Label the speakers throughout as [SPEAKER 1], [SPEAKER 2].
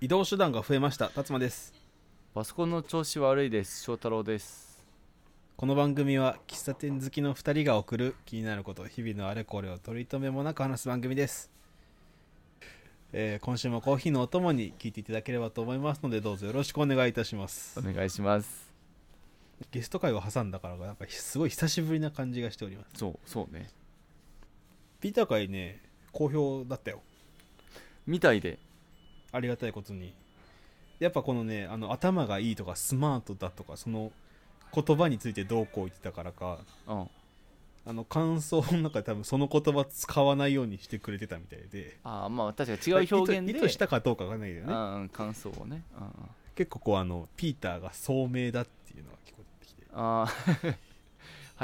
[SPEAKER 1] 移動手段が増えました辰馬です
[SPEAKER 2] パソコンの調子悪いです翔太郎です
[SPEAKER 1] この番組は喫茶店好きの2人が送る気になること日々のあれこれを取り留めもなく話す番組です、えー今週もコーヒーのお供に聞いていただければと思いますのでどうぞよろしくお願いいたします
[SPEAKER 2] お願いします
[SPEAKER 1] ゲスト会を挟んだからかなんかすごい久しぶりな感じがしております
[SPEAKER 2] そうそうね
[SPEAKER 1] ピーター会ね好評だったよ
[SPEAKER 2] みたいで
[SPEAKER 1] ありがたいことにやっぱこのねあの頭がいいとかスマートだとかその言葉についてどうこう言ってたからか
[SPEAKER 2] うん
[SPEAKER 1] あの感想の中で多分その言葉使わないようにしてくれてたみたいで
[SPEAKER 2] ああまあ確かに違う表現で
[SPEAKER 1] 意図意図したかどうかわかんないけど
[SPEAKER 2] う
[SPEAKER 1] ね
[SPEAKER 2] んうん感想をね、うんうん、
[SPEAKER 1] 結構こうあのピーターが聡明だっていうのが聞こえてきて
[SPEAKER 2] あーはい
[SPEAKER 1] やっ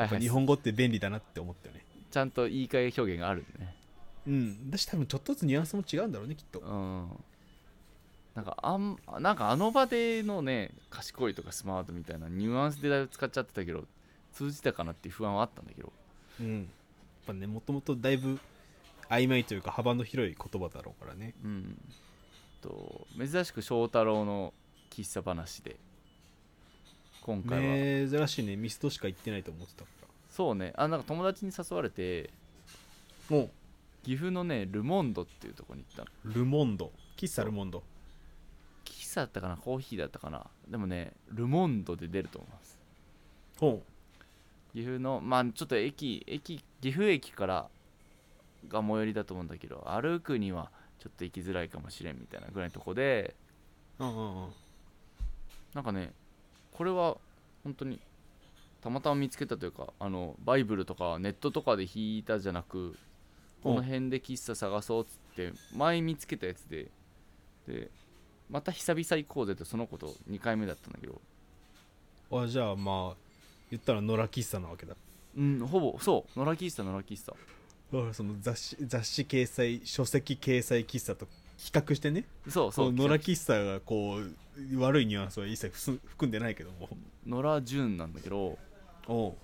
[SPEAKER 2] は
[SPEAKER 1] ぱ
[SPEAKER 2] い
[SPEAKER 1] 日本語って便利だなって思ったよね
[SPEAKER 2] ちゃんと言い換え表現があるんでね
[SPEAKER 1] うんだし多分ちょっとずつニュアンスも違うんだろうねきっと
[SPEAKER 2] うんなんかあんなんかあの場でのね賢いとかスマートみたいなニュアンスでだいぶ使っちゃってたけど通じたかなっていう不安はあったんだけど
[SPEAKER 1] うんやっぱねもともとだいぶ曖昧というか幅の広い言葉だろうからね
[SPEAKER 2] うんと珍しく翔太郎の喫茶話で今回は、
[SPEAKER 1] 珍しいねミストしか行ってないと思ってたか
[SPEAKER 2] そうねあなんか友達に誘われて
[SPEAKER 1] らも
[SPEAKER 2] 岐阜のねルモンドっていうとこに行ったの
[SPEAKER 1] うルモンド喫茶ルモンド
[SPEAKER 2] 喫茶だったかなコーヒーだったかなでもねルモンドで出ると思います
[SPEAKER 1] ほ
[SPEAKER 2] 岐阜のまあちょっと駅駅岐阜駅からが最寄りだと思うんだけど歩くにはちょっと行きづらいかもしれんみたいなぐらいのとこで
[SPEAKER 1] ううんうんうん
[SPEAKER 2] なんかねこれは本当にたまたま見つけたというかあのバイブルとかネットとかで引いたじゃなくこの辺で喫茶探そうっつって前見つけたやつででまた久々行こうぜってその子と2回目だったんだけど
[SPEAKER 1] あじゃあまあ言ったら野良喫茶なわけだ
[SPEAKER 2] うんほぼそう野良喫茶野良喫茶
[SPEAKER 1] だからその雑誌雑誌掲載書籍掲載喫茶と比較してね
[SPEAKER 2] そうそ
[SPEAKER 1] そうう野良喫茶がこう悪いニュアンスは一切ふす含んでないけども
[SPEAKER 2] 野良純なんだけど
[SPEAKER 1] お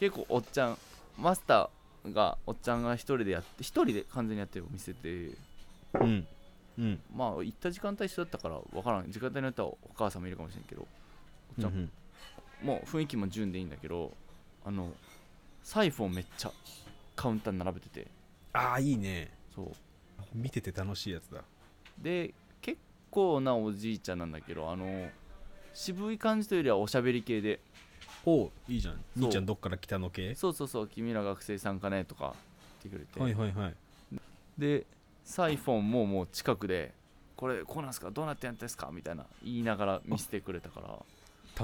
[SPEAKER 2] 結構おっちゃんマスターがおっちゃんが一人でやって一人で完全にやってるお店で
[SPEAKER 1] ううんうん
[SPEAKER 2] まあ行った時間帯一緒だったから分からん時間帯によってはお母さんもいるかもしれんけどおっちゃん、
[SPEAKER 1] うん
[SPEAKER 2] もう雰囲気も純でいいんだけどあのサイフォンめっちゃカウンターに並べてて
[SPEAKER 1] ああいいね
[SPEAKER 2] そう
[SPEAKER 1] 見てて楽しいやつだ
[SPEAKER 2] で結構なおじいちゃんなんだけどあの渋い感じというよりはおしゃべり系で
[SPEAKER 1] おういいじゃん兄ちゃんどっから来たの系
[SPEAKER 2] そうそうそう君ら学生さんかねとか言ってくれて、
[SPEAKER 1] はいはいはい
[SPEAKER 2] でサイフォンももう近くでこれこうなんすかどうなってやんですかみたいな言いながら見せてくれたから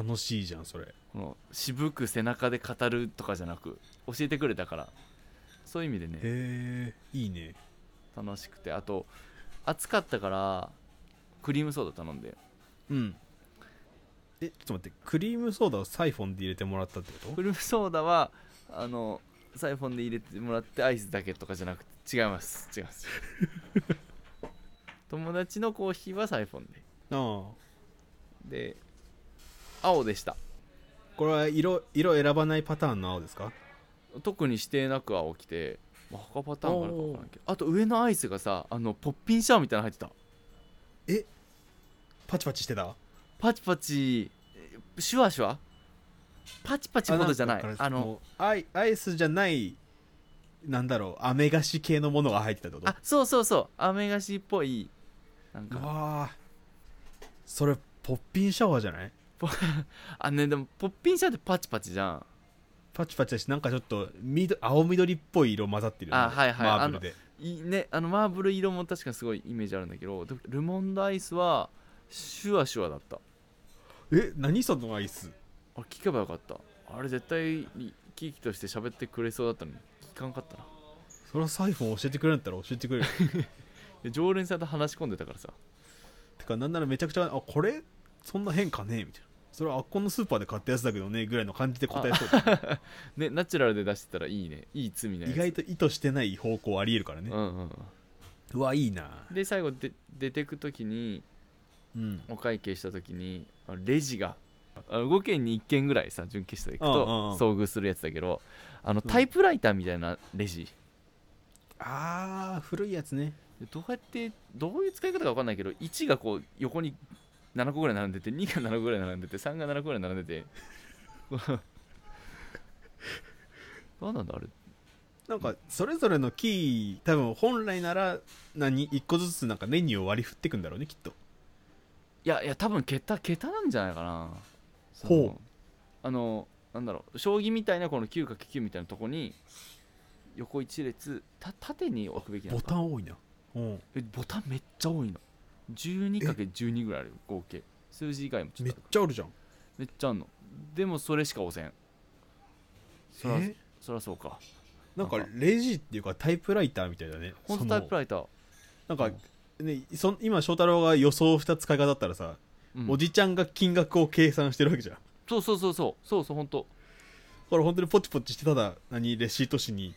[SPEAKER 1] 楽しいじゃんそれ
[SPEAKER 2] この渋く背中で語るとかじゃなく教えてくれたからそういう意味でね
[SPEAKER 1] へえいいね
[SPEAKER 2] 楽しくてあと暑かったからクリームソーダ頼んで
[SPEAKER 1] うんえちょっと待ってクリームソーダをサイフォンで入れてもらったってこ
[SPEAKER 2] クリームソーダはあのサイフォンで入れてもらってアイスだけとかじゃなくて違います違います友達のコーヒーはサイフォン
[SPEAKER 1] とあ
[SPEAKER 2] でで青でした
[SPEAKER 1] あこれは色色選ばないパターンの青ですか
[SPEAKER 2] 特に指定なく青着て、まあ、他パターンがあるか分からんけどあと上のアイスがさあのポッピンシャワーみたいなの入ってた
[SPEAKER 1] パチパチしてた
[SPEAKER 2] パチパチえーシュワシュワパチパチほどじゃない
[SPEAKER 1] んか
[SPEAKER 2] あ
[SPEAKER 1] も
[SPEAKER 2] の
[SPEAKER 1] うアイアイスじゃないなんだろう飴菓子系のものが入ってたってこと
[SPEAKER 2] あそうそうそうアメガシっぽいなん
[SPEAKER 1] う
[SPEAKER 2] か
[SPEAKER 1] わーそれポッピンシャワーじゃない
[SPEAKER 2] あねでもポッピンシャワーってパチパチじゃん
[SPEAKER 1] パチパチだしなんかちょっと緑青緑っぽい色混ざってるよね
[SPEAKER 2] あはいはい
[SPEAKER 1] マーブルで
[SPEAKER 2] いいねあのマーブル色も確かにすごいイメージあるんだけどでもルモンドアイスはシュワシュワだった
[SPEAKER 1] え何そのアイス
[SPEAKER 2] あれ聞けばよかったあれ絶対キーキとして喋ってくれそうだったのに聞かんかったな
[SPEAKER 1] それはサイフォン教えてくれるんだったら教えてくれる
[SPEAKER 2] で常連さんと話し込んでたからさ
[SPEAKER 1] てかなんならめちゃくちゃあこれそんな変かねみたいなそれはあっこのスーパーで買ったやつだけどねぐらいの感じで答えそうだね、
[SPEAKER 2] ね、ナチュラルで出してたらいいねいい罪 なやつ
[SPEAKER 1] 意外と意図してない方向ありえるからね
[SPEAKER 2] うんうん
[SPEAKER 1] うわいいな
[SPEAKER 2] うん、で最後で出てく時に
[SPEAKER 1] うん
[SPEAKER 2] お会計した時にあレジがあ5軒に1軒ぐらいさ準決勝で行く
[SPEAKER 1] うんうんうん
[SPEAKER 2] と遭遇するやつだけどあの
[SPEAKER 1] うん
[SPEAKER 2] タイプライターみたいなレジ、
[SPEAKER 1] あー古いやつね
[SPEAKER 2] でどうやってどういう使い方か分かんないけど1がこう横に7個ぐらい並んでて2が7個ぐらい並んでて3が7個ぐらい並んでて 何なんだあれ
[SPEAKER 1] なんかそれぞれのキー多分本来なら何一個ずつなんかメニューを割り振っていくんだろうねきっと
[SPEAKER 2] いやいや多分桁桁なんじゃないかなそ
[SPEAKER 1] ほう
[SPEAKER 2] のあのなんだろう将棋みたいなこの 9×9 みたいなとこに横一列た縦に置くべきなの
[SPEAKER 1] ボ
[SPEAKER 2] か
[SPEAKER 1] タン多いなうん
[SPEAKER 2] えボタンめっちゃ多いの 12×12 ぐらいあるよ合計数字以外もちょっ
[SPEAKER 1] め
[SPEAKER 2] と
[SPEAKER 1] っ
[SPEAKER 2] ある
[SPEAKER 1] ちゃあるじゃん
[SPEAKER 2] めっちゃあんのでもそれしか押せんそら
[SPEAKER 1] え
[SPEAKER 2] そらそうか
[SPEAKER 1] なんか
[SPEAKER 2] なん
[SPEAKER 1] レジっていうかタイプライターみたいだね
[SPEAKER 2] 本当タイプライター、
[SPEAKER 1] そのなんか、ね、そ今翔太郎が予想した使い方だったらさ、
[SPEAKER 2] うん
[SPEAKER 1] おじちゃんが金額を計算してるわけじゃん
[SPEAKER 2] そうそうそうそうそうそう本当
[SPEAKER 1] これ本当にポチポチしてただ何レシート紙に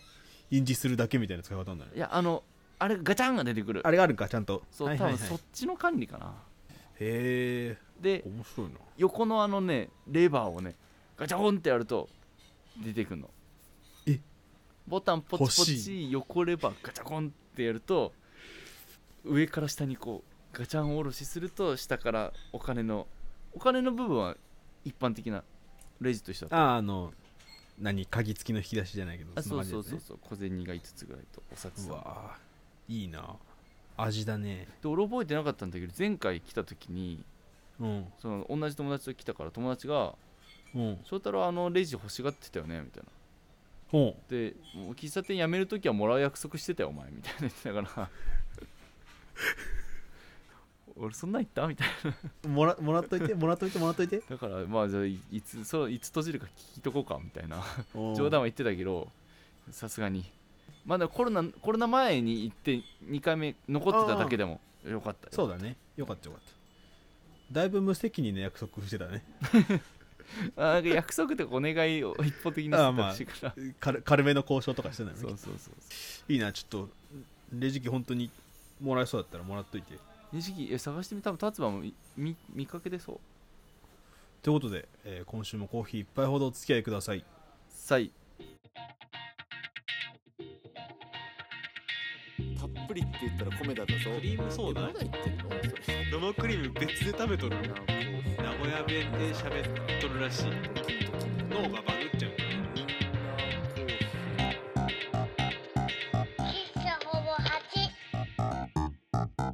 [SPEAKER 1] 印字するだけみたいな使い方なんだね
[SPEAKER 2] いやあのあれガチャンが出てくる
[SPEAKER 1] あれがあるんかちゃんと
[SPEAKER 2] そう、
[SPEAKER 1] はいはいはい
[SPEAKER 2] 多分そっちの管理かな
[SPEAKER 1] へえ
[SPEAKER 2] で
[SPEAKER 1] 面白いな
[SPEAKER 2] 横のあのねレバーをねガチャンってやると出てくるの
[SPEAKER 1] え
[SPEAKER 2] ボタンポチポ
[SPEAKER 1] 欲し
[SPEAKER 2] チ横レバーガチャコンってやると上から下にこうガチャン下ろしすると下からお金のお金の部分は一般的なレジと一緒だ
[SPEAKER 1] あああの何鍵付きの引き出しじゃないけど
[SPEAKER 2] あそ
[SPEAKER 1] ん
[SPEAKER 2] う
[SPEAKER 1] な
[SPEAKER 2] そ
[SPEAKER 1] 感
[SPEAKER 2] う
[SPEAKER 1] じだ
[SPEAKER 2] そう
[SPEAKER 1] よね
[SPEAKER 2] そう小銭が5つぐらいとお札
[SPEAKER 1] う
[SPEAKER 2] で
[SPEAKER 1] わーいいな味だね
[SPEAKER 2] 俺覚えてなかったんだけど前回来た時に
[SPEAKER 1] うん
[SPEAKER 2] その同じ友達と来たから友達が
[SPEAKER 1] うん
[SPEAKER 2] 「翔太郎あのレジ欲しがってたよね」みたいな
[SPEAKER 1] ほう
[SPEAKER 2] でもう喫茶店辞める時はもらう約束してたよお前みたいな言ってたから 俺そんなん言ったみたい
[SPEAKER 1] もらもらっといてもらっといてもらっと いて
[SPEAKER 2] なだからまあじゃあいいつそういつ閉じるか聞いとこうかみたいな冗
[SPEAKER 1] 冗
[SPEAKER 2] 談は言ってたけどさすがにまあでもコロナコロナ前に行って2回目残ってただけでもよかったよ
[SPEAKER 1] そうだねよかったよかっただいぶ無責任な約束してたね
[SPEAKER 2] あなんか約束とかお願いを一方的にしてたらしいか
[SPEAKER 1] 軽
[SPEAKER 2] ら、
[SPEAKER 1] 軽めの交渉とかしてない
[SPEAKER 2] そう
[SPEAKER 1] ね
[SPEAKER 2] そうそう
[SPEAKER 1] いいなちょっとレジ機本当にもらえそうだったらもらっといて
[SPEAKER 2] 錦木いや探してみた多分立場もい見見かけてそう
[SPEAKER 1] ということで、えー今週もコーヒー一杯ほどお付き合いください
[SPEAKER 2] さいたっぷりって言ったら米だったぞ
[SPEAKER 1] クリームソーダ
[SPEAKER 2] えまだ言ってんの
[SPEAKER 1] 生クリーム別で食べとる名古屋弁で喋っとるらしい脳がバグっちゃう
[SPEAKER 3] 喫茶ほぼ8。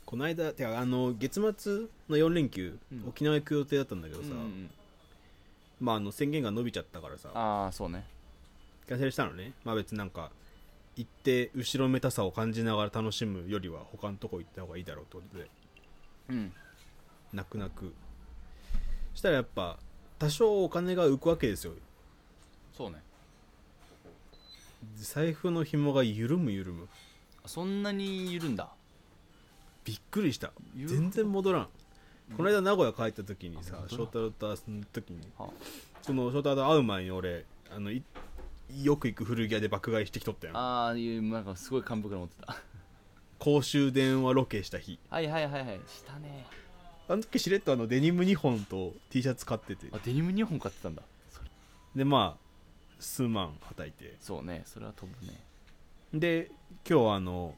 [SPEAKER 1] この間てかあの月末の4連休、
[SPEAKER 2] うん
[SPEAKER 1] 沖縄行く予定だったんだけどさ、
[SPEAKER 2] うんうん
[SPEAKER 1] まああの宣言が伸びちゃったからさ
[SPEAKER 2] ああそうね
[SPEAKER 1] キャンセルしたのねまあ別になんか行って後ろめたさを感じながら楽しむよりは他のとこ行った方がいいだろうってことで
[SPEAKER 2] うん
[SPEAKER 1] 泣く泣くしたらやっぱ多少お金が浮くわけですよ
[SPEAKER 2] そうね
[SPEAKER 1] 財布の紐が緩む緩む
[SPEAKER 2] そんなにいるんだ
[SPEAKER 1] びっくりした
[SPEAKER 2] 緩む
[SPEAKER 1] 全然戻らんこの間名古屋帰った時にさ
[SPEAKER 2] あ
[SPEAKER 1] 翔太郎と遊んだ時に
[SPEAKER 2] は
[SPEAKER 1] その翔太郎と会う前に俺あのいよく行く古着屋で爆買いしてきとったやん
[SPEAKER 2] ああいうなんかすごい感袋持ってた
[SPEAKER 1] 公衆電話ロケした日
[SPEAKER 2] はいはいはいはいしたね
[SPEAKER 1] あの時しれっとあのデニム2本と T シャツ買ってて
[SPEAKER 2] あデニム2本買ってたんだそれ
[SPEAKER 1] でまあ数万はたいて
[SPEAKER 2] そうねそれは飛ぶね
[SPEAKER 1] で今日はあの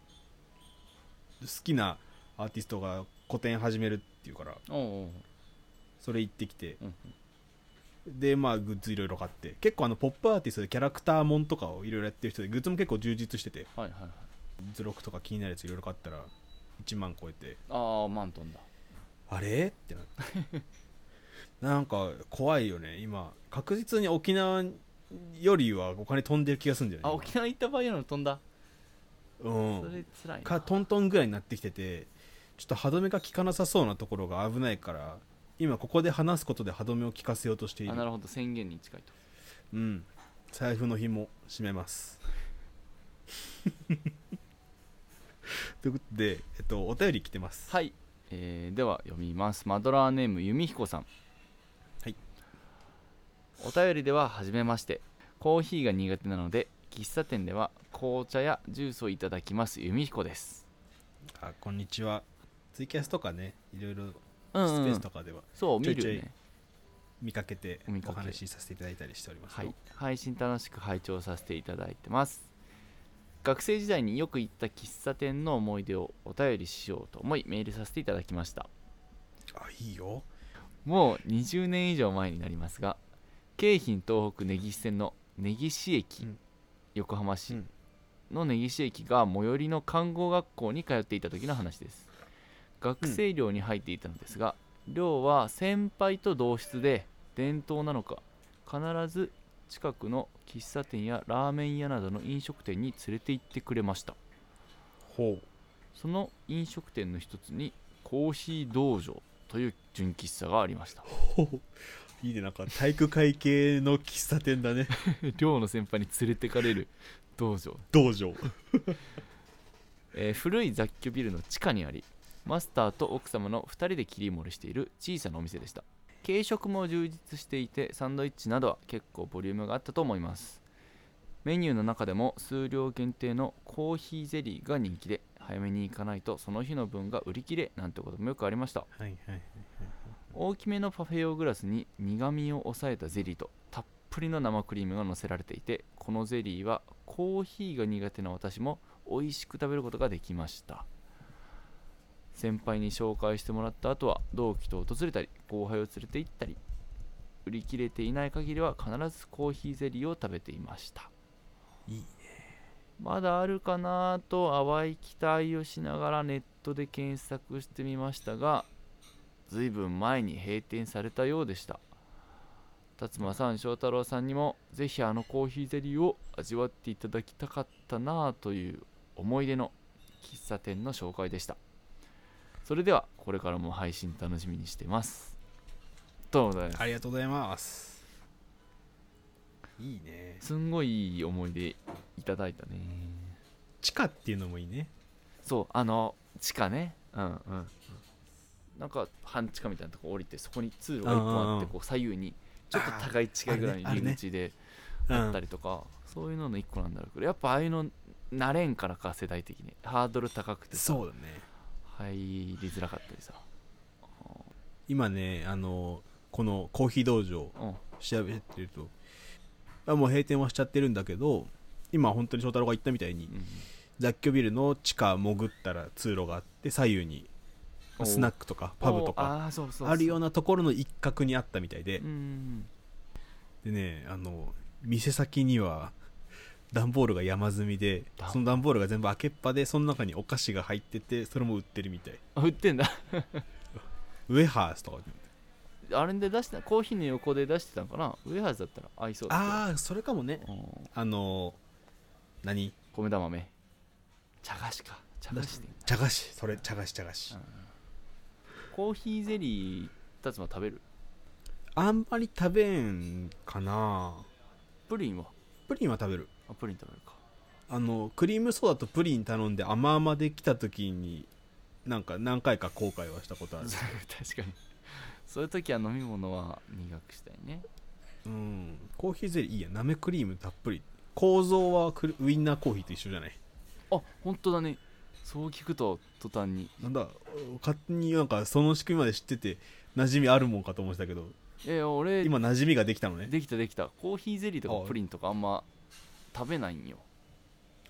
[SPEAKER 1] 好きなアーティストが個展始めるっていうから
[SPEAKER 2] おうおう
[SPEAKER 1] それ行ってきて、
[SPEAKER 2] うん
[SPEAKER 1] でまあグッズいろいろ買って結構あのポップアーティストでキャラクターもんとかをいろいろやってる人でグッズも結構充実してて
[SPEAKER 2] おうはいはいはい
[SPEAKER 1] ズロックとか気になるやついろいろ買ったら1万超えて
[SPEAKER 2] ああマントンだ
[SPEAKER 1] あれってなってなんか怖いよね今確実に沖縄よりはお金飛んでる気がするんだよね
[SPEAKER 2] あ沖縄行った場合なの飛んだ
[SPEAKER 1] うん
[SPEAKER 2] それ辛いな
[SPEAKER 1] かトントンぐらいになってきててちょっと歯止めが効かなさそうなところが危ないから今ここで話すことで歯止めを効かせようとしてい
[SPEAKER 2] あ
[SPEAKER 1] る
[SPEAKER 2] なるほど宣言に近いと
[SPEAKER 1] うん財布の紐締めます ということで、えっと、お便り来てます
[SPEAKER 2] はい、えーでは読みますマドラーネーム弓彦さん
[SPEAKER 1] はい
[SPEAKER 2] お便りでは初めましてコーヒーが苦手なので喫茶店では紅茶やジュースをいただきます弓彦です
[SPEAKER 1] あこんにちはツイキャスとかねいろいろ
[SPEAKER 2] うん
[SPEAKER 1] スペ
[SPEAKER 2] う
[SPEAKER 1] ー
[SPEAKER 2] ん
[SPEAKER 1] スとかでは
[SPEAKER 2] そう見
[SPEAKER 1] ちょ
[SPEAKER 2] る
[SPEAKER 1] い
[SPEAKER 2] よ
[SPEAKER 1] ちょ
[SPEAKER 2] ね
[SPEAKER 1] 見かけて
[SPEAKER 2] 見
[SPEAKER 1] お
[SPEAKER 2] かけ
[SPEAKER 1] 話しさせていただいたりしております
[SPEAKER 2] は
[SPEAKER 1] よ
[SPEAKER 2] い配信楽しく拝聴させていただいてます学生時代によく行った喫茶店の思い出をお便りしようと思いメールさせていただきました
[SPEAKER 1] あいいよ
[SPEAKER 2] もう20年以上前になりますが京浜東北根岸線の根岸駅、
[SPEAKER 1] うん
[SPEAKER 2] 横浜市
[SPEAKER 1] うん
[SPEAKER 2] の根岸駅が最寄りの看護学校に通っていた時の話です学生寮に入っていたのですが、寮は先輩と同室で伝統なのか必ず近くの喫茶店やラーメン屋などの飲食店に連れて行ってくれました
[SPEAKER 1] ほ
[SPEAKER 2] その飲食店の一つにコーヒー道場という純喫茶がありました
[SPEAKER 1] う いいねなんか体育会系の喫茶店だ ね
[SPEAKER 2] 寮の先輩に連れてかれる道場、
[SPEAKER 1] 道場
[SPEAKER 2] えー古い雑居ビルの地下にありマスターと奥様の2人で切り盛りしている小さなお店でした軽食も充実していてサンドイッチなどは結構ボリュームがあったと思いますメニューの中でも数量限定のコーヒーゼリーが人気で早めに行かないとその日の分が売り切れなんてこともよくありました
[SPEAKER 1] はいはい
[SPEAKER 2] 大きめのパフェ用グラスに苦みを抑えたゼリーとたっぷりの生クリームが乗せられていてこのゼリーはコーヒーが苦手な私も美味しく食べることができました先輩に紹介してもらった後は同期と訪れたり後輩を連れて行ったり売り切れていない限りは必ずコーヒーゼリーを食べていました
[SPEAKER 1] いいね
[SPEAKER 2] まだあるかなと淡い期待をしながらネットで検索してみましたが随分前に閉店されたようでした辰馬さん翔太郎さんにもぜひあのコーヒーゼリーを味わっていただきたかったなあという思い出の喫茶店の紹介でしたそれではこれからも配信楽しみにしてますとのことです
[SPEAKER 1] ありがとうございますいいね
[SPEAKER 2] すんごいいい思い出いただいたね
[SPEAKER 1] 地下っていうのもいいね
[SPEAKER 2] そうあの地下ねうんうんうんなんか半地下みたいなとこ降りてそこに通路が1個あっ
[SPEAKER 1] うんうんう
[SPEAKER 2] て
[SPEAKER 1] ん
[SPEAKER 2] こう左右にちょっと高い近いぐらいの入り口であったりとかそういうのの1個なんだろうけどやっぱああいうの慣れんからか世代的にハードル高くてさ
[SPEAKER 1] そうだね
[SPEAKER 2] 入りづらかったりさ
[SPEAKER 1] 今ねあのこのコーヒー道場
[SPEAKER 2] うん
[SPEAKER 1] 調べてるとあもう閉店はしちゃってるんだけど今本当に翔太郎が言ったみたいに
[SPEAKER 2] うん
[SPEAKER 1] 雑居ビルの地下潜ったら通路があって左右に
[SPEAKER 2] おう
[SPEAKER 1] スナックとかパブとか
[SPEAKER 2] ああそうそうそう
[SPEAKER 1] あるようなところの一角にあったみたいで
[SPEAKER 2] うんうん
[SPEAKER 1] でねあの店先には段ボールが山積みで
[SPEAKER 2] 段
[SPEAKER 1] その段ボールが全部開けっぱでその中にお菓子が入っててそれも売ってるみたい
[SPEAKER 2] うんあ売ってんだ
[SPEAKER 1] ウェハースとか
[SPEAKER 2] あれで出してコーヒーの横で出してたのかなウェハーズだったら合いそうだけど
[SPEAKER 1] ああそれかもね
[SPEAKER 2] うん
[SPEAKER 1] あの何
[SPEAKER 2] 米玉め茶菓子か茶菓子でいいんだ
[SPEAKER 1] 茶菓子それ茶菓子茶菓子
[SPEAKER 2] コーヒーゼリー辰馬食べる
[SPEAKER 1] あんまり食べんかな
[SPEAKER 2] プリンは
[SPEAKER 1] プリンは食べる
[SPEAKER 2] あプリン食べるか
[SPEAKER 1] あのクリームソーダとプリン頼んで甘々できた時になんか何回か後悔はしたことある
[SPEAKER 2] 確かにそういう時は飲み物は苦くしたいね
[SPEAKER 1] うんコーヒーゼリーいいやなめクリームたっぷり構造はクリウインナーコーヒーと一緒じゃない
[SPEAKER 2] あ本当だねそう聞くと途端に
[SPEAKER 1] なんだ勝手になんかその仕組みまで知ってて馴染みあるもんかと思ってたけど
[SPEAKER 2] え俺
[SPEAKER 1] 今馴染みができたのね
[SPEAKER 2] できたできたコーヒーゼリーと
[SPEAKER 1] あ
[SPEAKER 2] かプリンとかあんま食べないんよ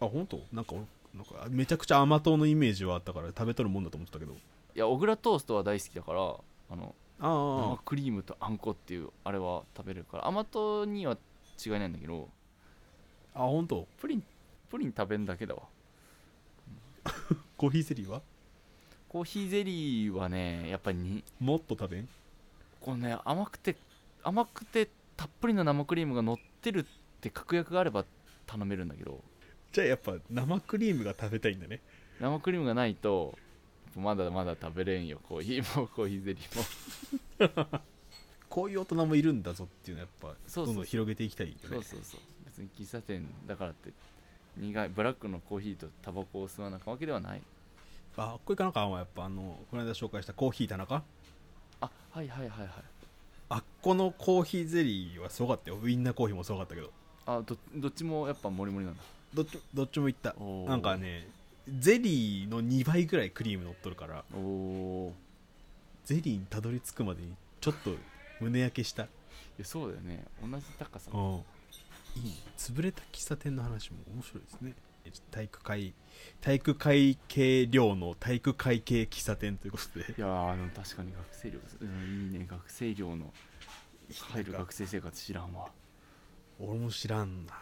[SPEAKER 1] あ本当なんか俺なんかめちゃくちゃ甘党のイメージはあったから食べとるもんだと思ってたけど
[SPEAKER 2] いや小倉トーストは大好きだからあの生
[SPEAKER 1] あ
[SPEAKER 2] クリームとあんこっていうあれは食べるから甘党には違いないんだけど
[SPEAKER 1] ああ本当
[SPEAKER 2] プリンプリン食べんだけだわ
[SPEAKER 1] コーヒーゼリーは
[SPEAKER 2] コーヒーゼリーはねやっぱりに
[SPEAKER 1] もっと食べん
[SPEAKER 2] このね甘くて甘くてたっぷりの生クリームが乗ってるって確約があれば頼めるんだけど
[SPEAKER 1] じゃあやっぱ生クリームが食べたいんだね
[SPEAKER 2] 生クリームがないとまだまだ食べれんよコーヒーも コーヒーゼリーも
[SPEAKER 1] こういう大人もいるんだぞっていうのはやっぱ
[SPEAKER 2] そうそう
[SPEAKER 1] どんどん広げていきたいよね
[SPEAKER 2] そうそうそう別に喫茶店だからって苦いブラックのコーヒーとタバコを吸わなきゃわけではない
[SPEAKER 1] あこれかなんかはやっぱあのこの間紹介したコーヒー田中
[SPEAKER 2] あはいはいはいはい
[SPEAKER 1] あっこのコーヒーゼリーはすごかったよウインナーコーヒーもすごかったけど
[SPEAKER 2] あどどっちもやっぱモリモリなんだ
[SPEAKER 1] どっちどっちもいった
[SPEAKER 2] おー
[SPEAKER 1] なんかねゼリーの2倍ぐらいクリーム乗っとるから
[SPEAKER 2] おおーい
[SPEAKER 1] ゼリーにたどり着くまでにちょっと胸焼けした
[SPEAKER 2] やそうだよね同じ高さ
[SPEAKER 1] うんいいね潰れた喫茶店の話も面白いですね、体育会体育会系寮の体育会系喫茶店ということで
[SPEAKER 2] いやーでも確かに学生寮、うん、いいね学生寮の入る学生生活知らんわ
[SPEAKER 1] 俺も知らんな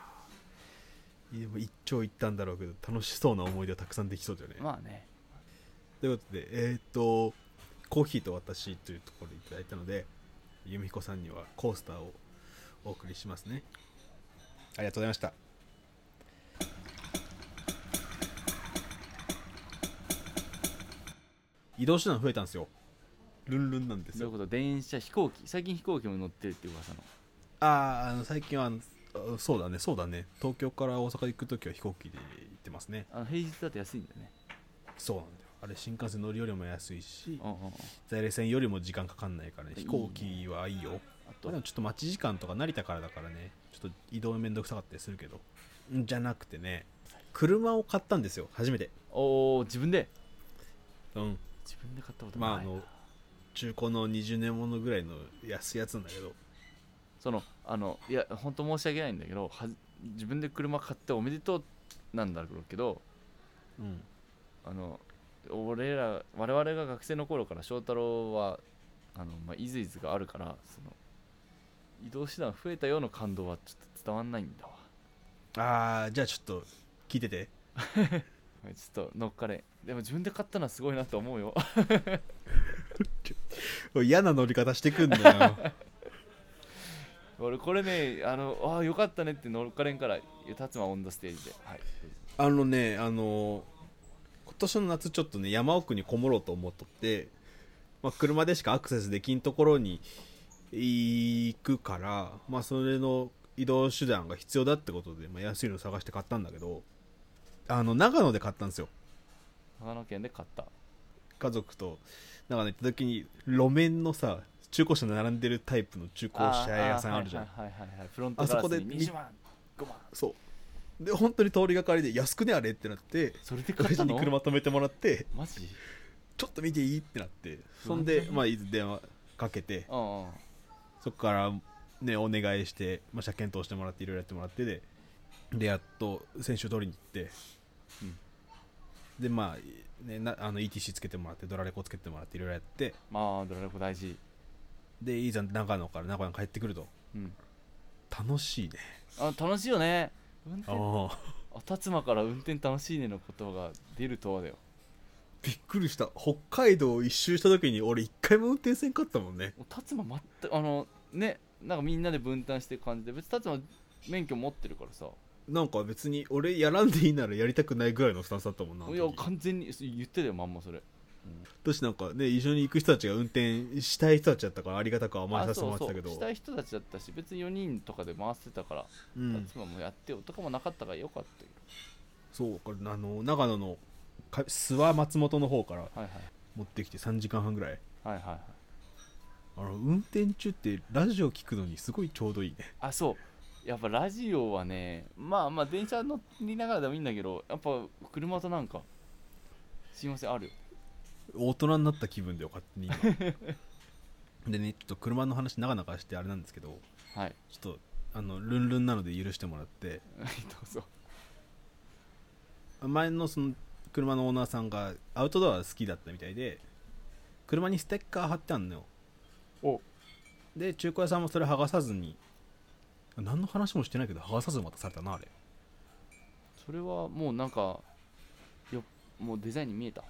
[SPEAKER 1] いやでも一長一短だろうけど楽しそうな思い出はたくさんできそうだよね、
[SPEAKER 2] まあね
[SPEAKER 1] ということでえーっとコーヒーと私というところでいただいたので由美子さんにはコースターをお送りしますねありがとうございました移動手段増えたんですよルンルンなんです
[SPEAKER 2] そうい
[SPEAKER 1] よ
[SPEAKER 2] うこと電車飛行機最近飛行機も乗ってるって噂の
[SPEAKER 1] あーあの最近はあのあそうだねそうだね東京から大阪行く時は飛行機で行ってますね
[SPEAKER 2] あの平日だと安いんだよね
[SPEAKER 1] そうなんだよあれ新幹線乗りよりも安いし
[SPEAKER 2] うんうんうんあ
[SPEAKER 1] 在来線よりも時間かかんないからね
[SPEAKER 2] いい
[SPEAKER 1] 飛
[SPEAKER 2] ね
[SPEAKER 1] 行機はいいよま
[SPEAKER 2] と
[SPEAKER 1] あでもちょっと待ち時間とか成田からだからねちょっと移動めんどくさかったりするけどんじゃなくてね車を買ったんですよ初めて
[SPEAKER 2] おお自分で
[SPEAKER 1] うん
[SPEAKER 2] 自分で買ったこと
[SPEAKER 1] まあ
[SPEAKER 2] ない
[SPEAKER 1] あ
[SPEAKER 2] な
[SPEAKER 1] の中古の20年ものぐらいの安いやつなんだけど
[SPEAKER 2] そのあのいや本当申し訳ないんだけどは自分で車買っておめでとうなんだろうけど
[SPEAKER 1] うん
[SPEAKER 2] あの俺ら我々が学生の頃から翔太郎はあの、まあ、イズイズがあるからその移動手段増えたような感動はちょっと伝わんないんだわ
[SPEAKER 1] ああじゃあちょっと聞いて て
[SPEAKER 2] はいちょっと乗っかれでも自分で買ったのはすごいなと思うよ
[SPEAKER 1] おい嫌な乗り方してくんだよ
[SPEAKER 2] 俺これねあのああよかったねって乗っかれんから達馬オンダステージではいどうぞ
[SPEAKER 1] あのねあの今年の夏ちょっとね山奥にこもろうと思っとって、まあ、車でしかアクセスできんところに行くからまあそれの移動手段が必要だってことで、まあ、安いの探して買ったんだけどあの長野で買ったんですよ
[SPEAKER 2] 長野県で買った
[SPEAKER 1] 家族と長野行った時に路面のさ中古車並んでるタイプの中古車屋さんあるじゃん
[SPEAKER 2] ーはいはいはいはい、はい、フロントガラス
[SPEAKER 1] あそこで
[SPEAKER 2] に20万5万
[SPEAKER 1] そうで本当に通りがかりで安くねあれってなって
[SPEAKER 2] それで
[SPEAKER 1] 親
[SPEAKER 2] 買っ
[SPEAKER 1] 父
[SPEAKER 2] た
[SPEAKER 1] に
[SPEAKER 2] の
[SPEAKER 1] 車止めてもらって
[SPEAKER 2] マジ
[SPEAKER 1] ちょっと見ていいってなって
[SPEAKER 2] うん
[SPEAKER 1] そんで、まあ、いつ電話かけて
[SPEAKER 2] うんうん
[SPEAKER 1] そこから、ね、お願いして、まあ、車検通してもらっていろいろやってもらってででやっと先週取りに行って、
[SPEAKER 2] うん
[SPEAKER 1] でまあ、ね、なあの ETC つけてもらってドラレコつけてもらっていろいろやって
[SPEAKER 2] まあドラレコ大事
[SPEAKER 1] でいいじゃん長野から名古屋に帰ってくると
[SPEAKER 2] うん
[SPEAKER 1] 楽しいね
[SPEAKER 2] あ楽しいよね運転
[SPEAKER 1] ああ
[SPEAKER 2] あ辰馬から運転楽しいねのことが出るとはだよ
[SPEAKER 1] びっくりした北海道を一周した時に俺一回も運転せんかったもんね
[SPEAKER 2] もう辰馬全くあのねなんかみんなで分担してる感じで別に辰馬免許持ってるからさ
[SPEAKER 1] なんか別に俺やらんでいいならやりたくないぐらいのスタンスだったもんなあの
[SPEAKER 2] い
[SPEAKER 1] 時
[SPEAKER 2] や完全に言ってたよまんまそれ
[SPEAKER 1] だしなんかね一緒に行く人たちが運転したい人たちだったからありがたく甘え
[SPEAKER 2] あ
[SPEAKER 1] させても
[SPEAKER 2] そ
[SPEAKER 1] ら
[SPEAKER 2] う
[SPEAKER 1] ってた
[SPEAKER 2] そ
[SPEAKER 1] け
[SPEAKER 2] う
[SPEAKER 1] ど
[SPEAKER 2] したい人たちだったし別に4人とかで回してたから
[SPEAKER 1] うん、
[SPEAKER 2] 辰馬もやってよとかもなかったからよかったよ
[SPEAKER 1] そうこれあの長野のか諏訪松本の方から
[SPEAKER 2] はい
[SPEAKER 1] 持ってきて3時間半ぐらい
[SPEAKER 2] はいはいはいはい
[SPEAKER 1] あの運転中ってラジオ聞くのにすごいちょうどいいね
[SPEAKER 2] あそうやっぱラジオはねまあまあ電車乗りながらでもいいんだけどやっぱ車となんかすいませんあるよ
[SPEAKER 1] 大人になった気分だよ勝手に今 でねちょっと車の話長々してあれなんですけど
[SPEAKER 2] はい
[SPEAKER 1] ちょっとあのルンルンなので許してもらって
[SPEAKER 2] どうぞ
[SPEAKER 1] 前のその車のオーナーさんがアウトドア好きだったみたいで車にステッカー貼ってあんのよ
[SPEAKER 2] お
[SPEAKER 1] で中古屋さんもそれ剥がさずに何の話もしてないけど剥がさず渡されたなあれ
[SPEAKER 2] それはもうなんかよもうデザインに見えた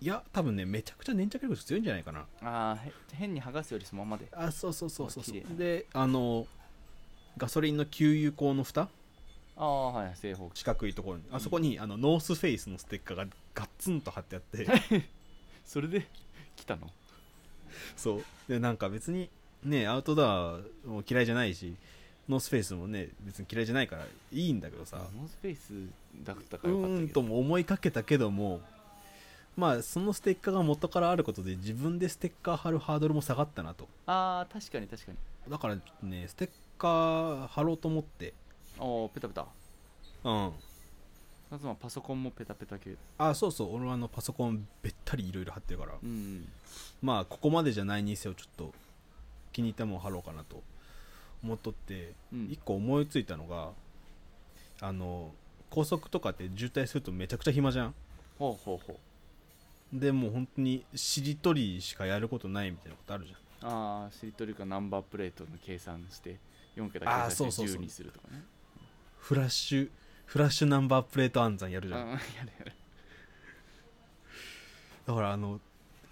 [SPEAKER 1] いや多分ねめちゃくちゃ粘着力強いんじゃないかな
[SPEAKER 2] あーへ変に剥がすよりそのままで
[SPEAKER 1] あそうそうそうそう
[SPEAKER 2] あ綺麗
[SPEAKER 1] であのガソリンの給油口の蓋
[SPEAKER 2] ああはい正方形
[SPEAKER 1] 四角いところにあそこに、あのノースフェイスのステッカーがガッツンと貼ってあって
[SPEAKER 2] それで 来たの
[SPEAKER 1] そうでなんか別にねアウトドアも嫌いじゃないしノースフェイスもね別に嫌いじゃないからいいんだけどさ、
[SPEAKER 2] ノースペースだったか
[SPEAKER 1] う
[SPEAKER 2] らよかったけど
[SPEAKER 1] ーんとも思いかけたけどもまあそのステッカーが元からあることで自分でステッカー貼るハードルも下がったなと
[SPEAKER 2] ああ確かに確かに
[SPEAKER 1] だからねステッカー貼ろうと思って
[SPEAKER 2] おおペタペタ
[SPEAKER 1] うん
[SPEAKER 2] まずはパソコンもペタペタ系
[SPEAKER 1] あそうそう俺はあのパソコンべったりいろいろ貼ってるから
[SPEAKER 2] うんうん
[SPEAKER 1] まあここまでじゃないにせよちょっと気に入ったもん貼ろうかなと思っとって
[SPEAKER 2] うん
[SPEAKER 1] 一個思いついたのがあの高速とかって渋滞するとめちゃくちゃ暇じゃん
[SPEAKER 2] ほうほうほう
[SPEAKER 1] でもう本当にしりとりしかやることないみたいなことあるじゃん
[SPEAKER 2] ああしりとりかナンバープレートの計算して4桁
[SPEAKER 1] あー
[SPEAKER 2] 計
[SPEAKER 1] そう
[SPEAKER 2] 算し
[SPEAKER 1] そう
[SPEAKER 2] て
[SPEAKER 1] そう
[SPEAKER 2] 10にするとかね
[SPEAKER 1] フラッシュフラッシュナンバープレート暗算やる
[SPEAKER 2] うん
[SPEAKER 1] じゃん
[SPEAKER 2] やるやる
[SPEAKER 1] だからあの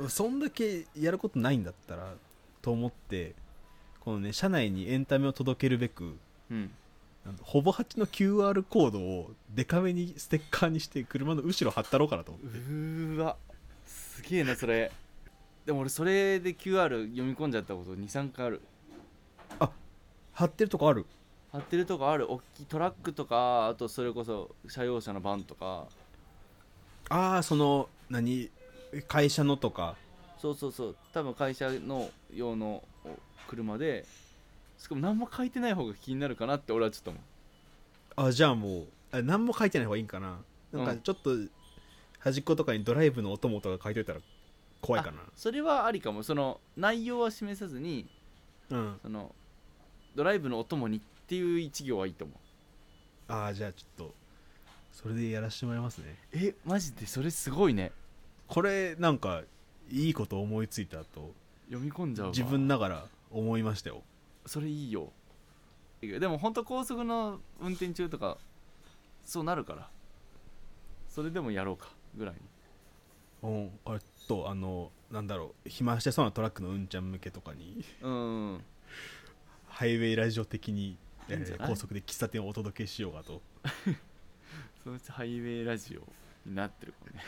[SPEAKER 1] そんだけやることないんだったらと思ってこのね社内にエンタメを届けるべく
[SPEAKER 2] うん
[SPEAKER 1] あのほぼ8の QR コードをデカめにステッカーにして車の後ろ貼ったろうかなと思っ
[SPEAKER 2] う
[SPEAKER 1] て
[SPEAKER 2] ーわすげえなそれでも俺それで QR 読み込んじゃったこと23回ある
[SPEAKER 1] 貼ってるとこある
[SPEAKER 2] 貼ってるとこある大きいトラックとかあとそれこそ車用車のバンとか
[SPEAKER 1] ああその何会社のとか
[SPEAKER 2] そうそうそう多分会社の用のお車でしかも何も書いてない方が気になるかなって俺はちょっと思う
[SPEAKER 1] あじゃあもうあ何も書いてない方がいいんかななんか
[SPEAKER 2] うん
[SPEAKER 1] ちょっと端っことかにドライブのお供とか書いといたら怖いか
[SPEAKER 2] あそれはありかもその内容は示さずに
[SPEAKER 1] なうん
[SPEAKER 2] そのドライブのお供にっていう一行はいいと思う
[SPEAKER 1] ああじゃあちょっとそれでやらせてもらいますね
[SPEAKER 2] えマジでそれすごいね
[SPEAKER 1] これなんかいいこと思いついたと
[SPEAKER 2] 読み込んじゃうわ
[SPEAKER 1] 自分ながら思いましたよ
[SPEAKER 2] それいいよでも本当高速の運転中とかそうなるからそれでもやろうかぐらいに
[SPEAKER 1] うんこれとあのなんだろう暇してそうなトラックのうんちゃん向けとかに
[SPEAKER 2] うん
[SPEAKER 1] ハイウェイラジオ的に
[SPEAKER 2] いいんじゃ
[SPEAKER 1] え
[SPEAKER 2] な
[SPEAKER 1] ー
[SPEAKER 2] い
[SPEAKER 1] 高速で喫茶店をお届けしようかと
[SPEAKER 2] そのうちハイウェイラジオになってるかもね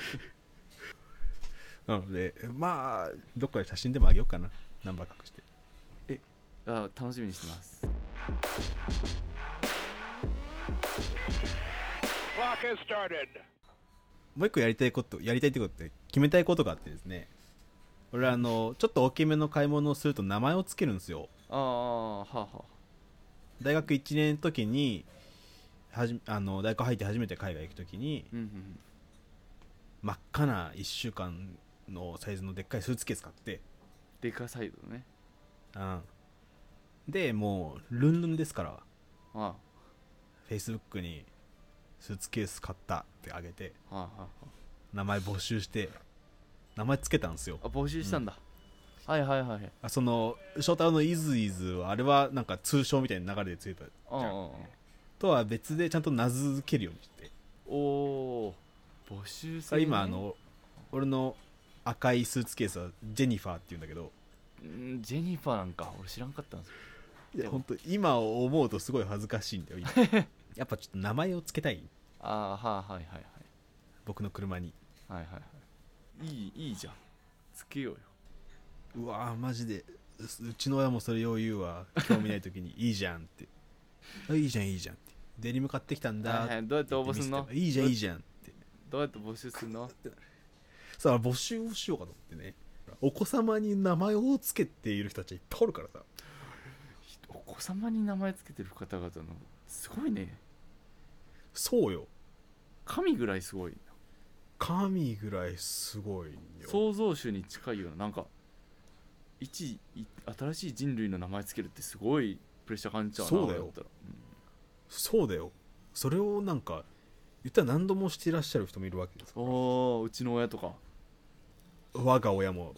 [SPEAKER 1] なのでまあどっかで写真でもあげようかなナンバー隠して
[SPEAKER 2] あ楽しみにしてます
[SPEAKER 1] もう一個やりたいことやりたいってことって決めたいことがあってですね俺あのちょっと大きめの買い物をすると名前をつけるんですよ
[SPEAKER 2] ああはあはあ
[SPEAKER 1] 大学1年の時にはじあの大学入って初めて海外行く時に
[SPEAKER 2] うんうん
[SPEAKER 1] 真っ赤な1週間のサイズのでっかいスーツケース買って、
[SPEAKER 2] デカサイドね
[SPEAKER 1] うん、でもうルンルンですから
[SPEAKER 2] あ
[SPEAKER 1] Facebook にスーツケース買ったってあげて
[SPEAKER 2] あはあは
[SPEAKER 1] 名前募集して名前つけたんですよ
[SPEAKER 2] ああ募集したんだ、はいはいはいはい
[SPEAKER 1] あその翔太郎のイズイズはあれはなんか通称みたいな流れでついた
[SPEAKER 2] あ
[SPEAKER 1] じゃあ
[SPEAKER 2] あ
[SPEAKER 1] とは別でちゃんと名付けるようにして
[SPEAKER 2] おおー募集
[SPEAKER 1] そ
[SPEAKER 2] 制、
[SPEAKER 1] れ
[SPEAKER 2] ね、
[SPEAKER 1] 今あの俺の赤いスーツケースはジェニファーって言うんだけど
[SPEAKER 2] うんジェニファーなんか俺知らんかったんですよ
[SPEAKER 1] いや本当今を思うとすごい恥ずかしいん だよ今やっぱちょっと名前をつけたい
[SPEAKER 2] ああはあはいはいはい
[SPEAKER 1] 僕の車に
[SPEAKER 2] はいはいはいいいいいじゃんつけようよ
[SPEAKER 1] うわーマジでううちの親もそれを言うわ興味ない時に「いいじゃん」って「あいいじゃんいいじゃん」って「デニム買ってきたんだ」
[SPEAKER 2] は
[SPEAKER 1] っ
[SPEAKER 2] いは
[SPEAKER 1] て
[SPEAKER 2] いどうやって応募
[SPEAKER 1] 見
[SPEAKER 2] す
[SPEAKER 1] せ
[SPEAKER 2] ん
[SPEAKER 1] て
[SPEAKER 2] の
[SPEAKER 1] いいじゃん
[SPEAKER 2] ど
[SPEAKER 1] いいじゃん」って
[SPEAKER 2] どうやって募集すんの
[SPEAKER 1] さあ募集をしようかと思ってねお子様に名前をつけている人たちいっぱいおるからさ
[SPEAKER 2] お子様に名前つけてる方々のすごいね
[SPEAKER 1] そうよ
[SPEAKER 2] 神ぐらいすごい
[SPEAKER 1] 神ぐらいすごいよ
[SPEAKER 2] 創造主に近いようななんか一い新しい人類の名前つけるってすごいプレッシャー感じちゃうな
[SPEAKER 1] そうだよ
[SPEAKER 2] 俺ったら
[SPEAKER 1] そうだよそれをなんか言ったら何度もしていらっしゃる人もいるわけです
[SPEAKER 2] うん、おーうちの親とか
[SPEAKER 1] 我が親も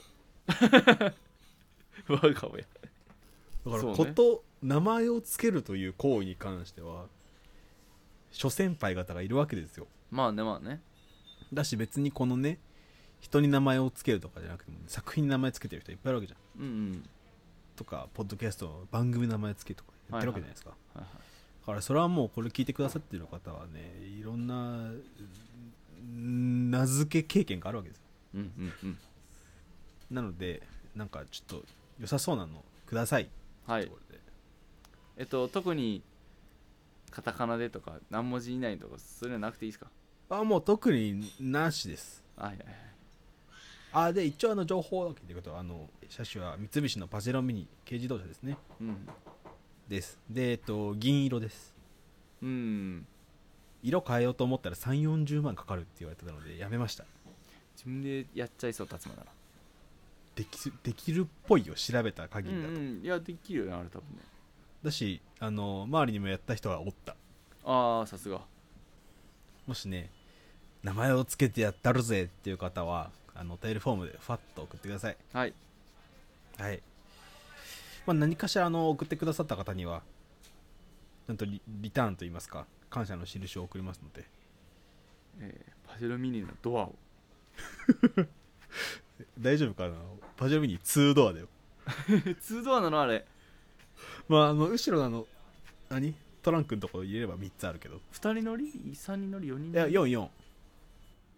[SPEAKER 2] 我が親
[SPEAKER 1] だから
[SPEAKER 2] そうね
[SPEAKER 1] こと、名前をつけるという行為に関しては諸先輩方がいるわけですよ
[SPEAKER 2] まあねまあね
[SPEAKER 1] だし別にこのね人に名前をつけるとかじゃなくても作品に名前つけてる人いっぱいいるわけじゃん
[SPEAKER 2] うんうん
[SPEAKER 1] とかポッドキャストの番組名前つけとかやってるわけじゃないですか、
[SPEAKER 2] はいはい
[SPEAKER 1] だからそれはもうこれ聞いてくださってる方はねいろんなうん名付け経験があるわけですよ
[SPEAKER 2] うんうんうん
[SPEAKER 1] なのでなんかちょっと良さそうなのください
[SPEAKER 2] は
[SPEAKER 1] と
[SPEAKER 2] いう
[SPEAKER 1] ことで
[SPEAKER 2] えっと特にカタカナでとか何文字以内とかそういうのなくていいですか
[SPEAKER 1] あもう特になしです
[SPEAKER 2] はいはいはい
[SPEAKER 1] あで一応あの情報だけということはあの車種は三菱のパジェロミニ軽自動車ですね
[SPEAKER 2] うん
[SPEAKER 1] ですでえっと銀色です
[SPEAKER 2] うん
[SPEAKER 1] 色変えようと思ったら3 4 0万かかるって言われてたのでやめました
[SPEAKER 2] 自分でやっちゃいそう達馬なら
[SPEAKER 1] できできるっぽいよ調べた
[SPEAKER 2] う
[SPEAKER 1] 限
[SPEAKER 2] ん
[SPEAKER 1] りだと、
[SPEAKER 2] うんいやできるよねあれ多分ね
[SPEAKER 1] だしあの周りにもやった人はおった
[SPEAKER 2] ああさすが
[SPEAKER 1] もしね名前をつけてやったるぜっていう方はあのお便りフォームでファッと送ってください
[SPEAKER 2] はい
[SPEAKER 1] はい、まあ、何かしらあの送ってくださった方にはちゃんとリリターンといいますか感謝の印を送りますので
[SPEAKER 2] えーパジェロミニのドアを
[SPEAKER 1] 大丈夫かなパジャミニ2ドアだよ
[SPEAKER 2] 2ドアなのあれ
[SPEAKER 1] まああの後ろのあの何トランクのところ入れれば3つあるけど
[SPEAKER 2] 2人乗り ?3 人乗り4人
[SPEAKER 1] いや
[SPEAKER 2] 乗り
[SPEAKER 1] 44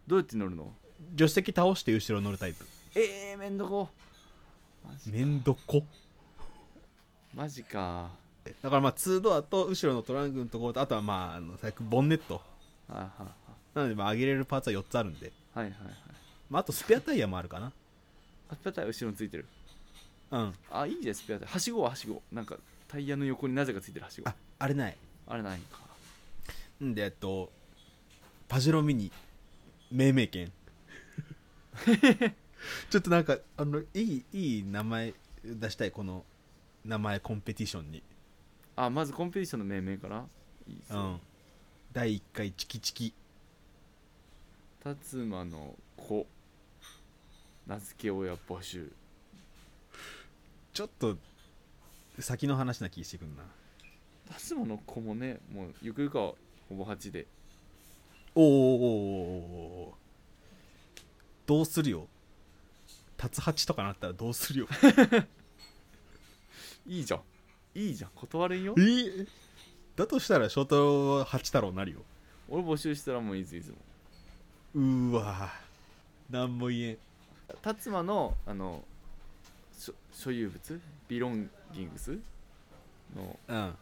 [SPEAKER 2] どうやって乗るの
[SPEAKER 1] 助手席倒して後ろ乗るタイプ
[SPEAKER 2] えー、めんどこマジ
[SPEAKER 1] めんどっこ
[SPEAKER 2] マジか
[SPEAKER 1] だからまあ2ドアと後ろのトランクのところとあとはまああの最悪ボンネット
[SPEAKER 2] はいはい
[SPEAKER 1] なのでまあ上げれるパーツは4つあるんで、
[SPEAKER 2] はいはいはいはい
[SPEAKER 1] まあ、あとスペアタイヤもあるかな
[SPEAKER 2] あスペアタイヤ後ろについてる
[SPEAKER 1] うん
[SPEAKER 2] あいいじゃんスペアタイヤはしごははしごなんかタイヤの横になぜかついてるはしご
[SPEAKER 1] ああれない
[SPEAKER 2] あれないんか
[SPEAKER 1] んでえっとパジェロミニ命名権 ちょっとなんかあのいいいい名前出したいこの名前コンペティションに
[SPEAKER 2] あまずコンペティションの命名からいいっす
[SPEAKER 1] う
[SPEAKER 2] よ
[SPEAKER 1] ん第1回チキチキ
[SPEAKER 2] 辰馬の子名付け親募集
[SPEAKER 1] ちょっと先の話な気してくんな
[SPEAKER 2] 辰馬の子もねもうゆくゆくはほぼ8で
[SPEAKER 1] おーおーおーおーおーおーどうするよ達八とかなったらどうするよ
[SPEAKER 2] いいじゃんいいじゃん断れんよ
[SPEAKER 1] えーだとしたら翔太郎は八太郎になるよ
[SPEAKER 2] 俺募集したらもういついつも
[SPEAKER 1] うーわーなんも言えん
[SPEAKER 2] 辰馬のあの所所有物ビロンギングスの
[SPEAKER 1] うん、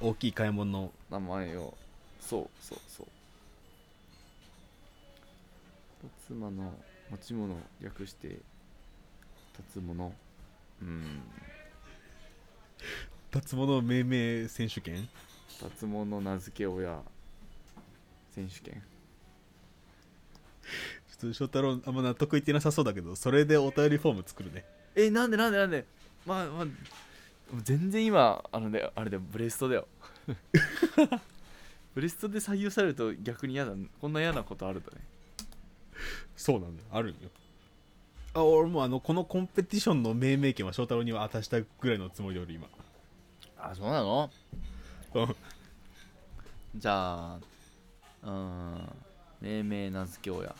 [SPEAKER 1] 大きい買い物の
[SPEAKER 2] 名前をそうそうそう辰馬の持ち物を略して辰馬のうん
[SPEAKER 1] 脱物命名選手権
[SPEAKER 2] 脱毛の名付け親選手権
[SPEAKER 1] ちょっと翔太郎あんま納得いってなさそうだけどそれでお便りフォーム作るね
[SPEAKER 2] えなんでなんでなんでまあまあ全然今あのねあれだよブレストだよブレストで採用されると逆に嫌だこんな嫌なことあるんだね
[SPEAKER 1] そうなんだよあるんよあ俺もあのこのコンペティションの命名権は翔太郎には渡したぐらいのつもりでおる今
[SPEAKER 2] あそうなの
[SPEAKER 1] うん
[SPEAKER 2] じゃあうん命名名付け親